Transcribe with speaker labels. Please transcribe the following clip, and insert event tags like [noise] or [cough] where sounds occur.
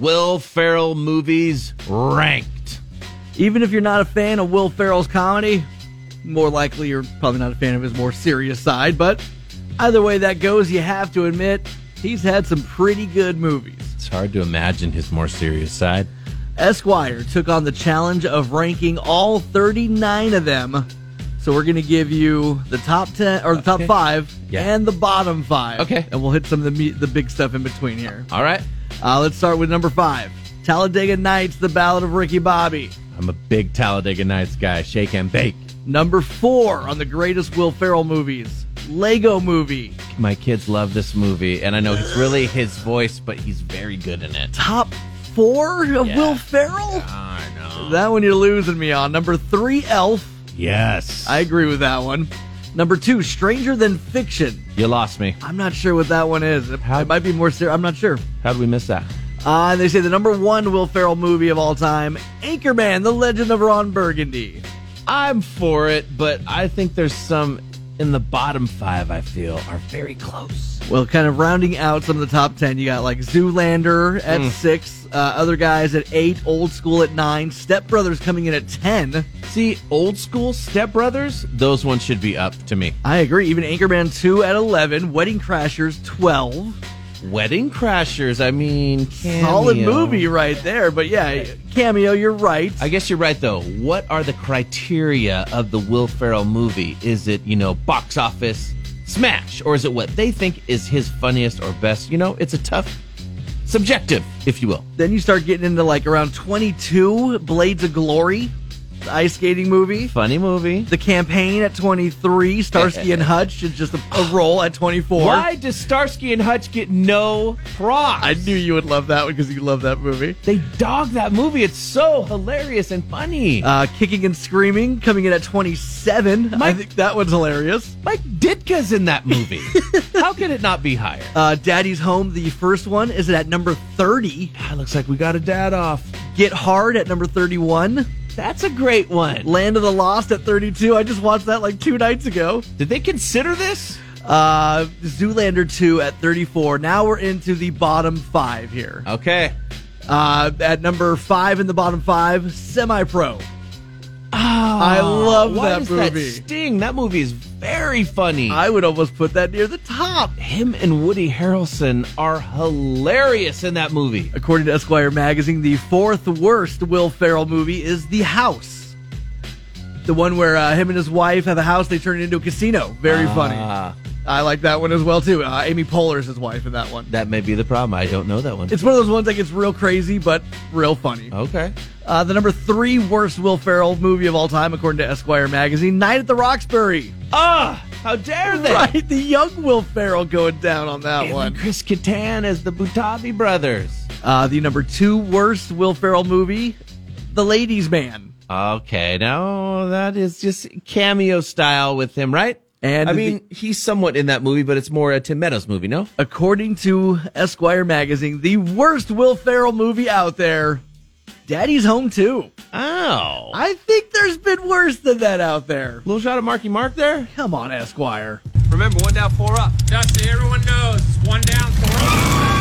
Speaker 1: Will Ferrell movies ranked.
Speaker 2: Even if you're not a fan of Will Ferrell's comedy, more likely you're probably not a fan of his more serious side, but either way that goes, you have to admit he's had some pretty good movies.
Speaker 1: It's hard to imagine his more serious side.
Speaker 2: Esquire took on the challenge of ranking all 39 of them. So we're going to give you the top 10 or the top
Speaker 1: Okay.
Speaker 2: 5
Speaker 1: Yeah.
Speaker 2: and the bottom 5.
Speaker 1: Okay.
Speaker 2: And we'll hit some of the me- the big stuff in between here.
Speaker 1: All right.
Speaker 2: Uh, let's start with number 5. Talladega Nights: The Ballad of Ricky Bobby.
Speaker 1: I'm a big Talladega Nights guy. Shake and bake.
Speaker 2: Number 4 on the greatest Will Ferrell movies, Lego Movie.
Speaker 1: My kids love this movie, and I know it's really his voice, but he's very good in it.
Speaker 2: Top 4 of
Speaker 1: Yeah.
Speaker 2: Will Ferrell?
Speaker 1: I know.
Speaker 2: That one you're losing me on. Number 3 Elf.
Speaker 1: Yes.
Speaker 2: I agree with that one. Number 2 Stranger Than Fiction.
Speaker 1: you lost me.
Speaker 2: I'm not sure what that one is. It,
Speaker 1: How-
Speaker 2: it might be more serious. I'm not sure.
Speaker 1: How'd we miss that?
Speaker 2: Uh, and they say the number one Will Ferrell movie of all time, Anchorman: The Legend of Ron Burgundy.
Speaker 1: I'm for it, but I think there's some in the bottom five I feel are very close.
Speaker 2: Well, kind of rounding out some of the top ten, you got like Zoolander at six, uh, other guys at eight, Old School at nine, Step Brothers coming in at ten.
Speaker 1: See, old school Step Brothers, those ones should be up to me.
Speaker 2: I agree. Even Anchorman two at eleven, Wedding Crashers twelve.
Speaker 1: Wedding Crashers, I mean, cameo.
Speaker 2: Solid movie right there. But yeah, cameo. You're right.
Speaker 1: I guess you're right though. What are the criteria of the Will Ferrell movie? Is it, you know, box office smash or is it what they think is his funniest or best? You know, it's a tough subjective, if you will.
Speaker 2: Then you start getting into like around 22, Blades of Glory, the ice skating movie.
Speaker 1: Funny movie.
Speaker 2: The campaign at 23, Starsky [laughs] and Hutch is just a, a role at 24.
Speaker 1: Why does Starsky and Hutch get no props?
Speaker 2: I knew you would love that one because you love that movie.
Speaker 1: They dog that movie. It's so hilarious and funny.
Speaker 2: Uh, Kicking and Screaming coming in at 27. I
Speaker 1: Mike-
Speaker 2: think that one's hilarious.
Speaker 1: Mike Ditka's in that [laughs] movie. How could it not be higher?
Speaker 2: Uh, Daddy's Home, the first one, is at number 30.
Speaker 1: God, Ah, looks like we got a dad off.
Speaker 2: Get Hard at number 31.
Speaker 1: That's a great one.
Speaker 2: Land of the Lost at 32. I just watched that like two nights ago.
Speaker 1: Did they consider this?
Speaker 2: Uh, Zoolander 2 at 34. Now we're into the bottom five here.
Speaker 1: Okay.
Speaker 2: Uh, at number five in the bottom five, Semi Pro. I love
Speaker 1: Why
Speaker 2: that
Speaker 1: does
Speaker 2: movie.
Speaker 1: Ah, That sting. That movie is very funny.
Speaker 2: I would almost put that near the top.
Speaker 1: Him and Woody Harrelson are hilarious in that movie.
Speaker 2: According to Esquire magazine, the fourth worst Will Ferrell movie is The House. The one where uh, him and his wife have a house, they turn it into a casino. Very funny.
Speaker 1: Ah,
Speaker 2: I like that one as well, too. Uh, Amy Poehler is his wife in that one.
Speaker 1: that may be the problem. I don't know that one.
Speaker 2: It's one of those ones that gets real crazy, but real funny.
Speaker 1: okay.
Speaker 2: Uh, the number three worst Will Ferrell movie of all time, according to Esquire magazine, Night at the Roxbury.
Speaker 1: Ah, how dare they?
Speaker 2: Right, the young Will Ferrell going down on that
Speaker 1: And
Speaker 2: one.
Speaker 1: Chris Kattan as the Butabi brothers.
Speaker 2: Uh, the number two worst Will Ferrell movie, The Ladies Man.
Speaker 1: Okay, now that is just cameo style with him, right?
Speaker 2: And
Speaker 1: I
Speaker 2: the-
Speaker 1: mean, he's somewhat in that movie, but it's more a Tim Meadows movie, no?
Speaker 2: According to Esquire magazine, the worst Will Ferrell movie out there, Daddy's Home 2.
Speaker 1: Oh.
Speaker 2: I think there's been worse than that out there.
Speaker 1: little shot of Marky Mark there?
Speaker 2: Come on, Esquire.
Speaker 3: Remember, one down, four up. Dusty, everyone knows it's one down, four up.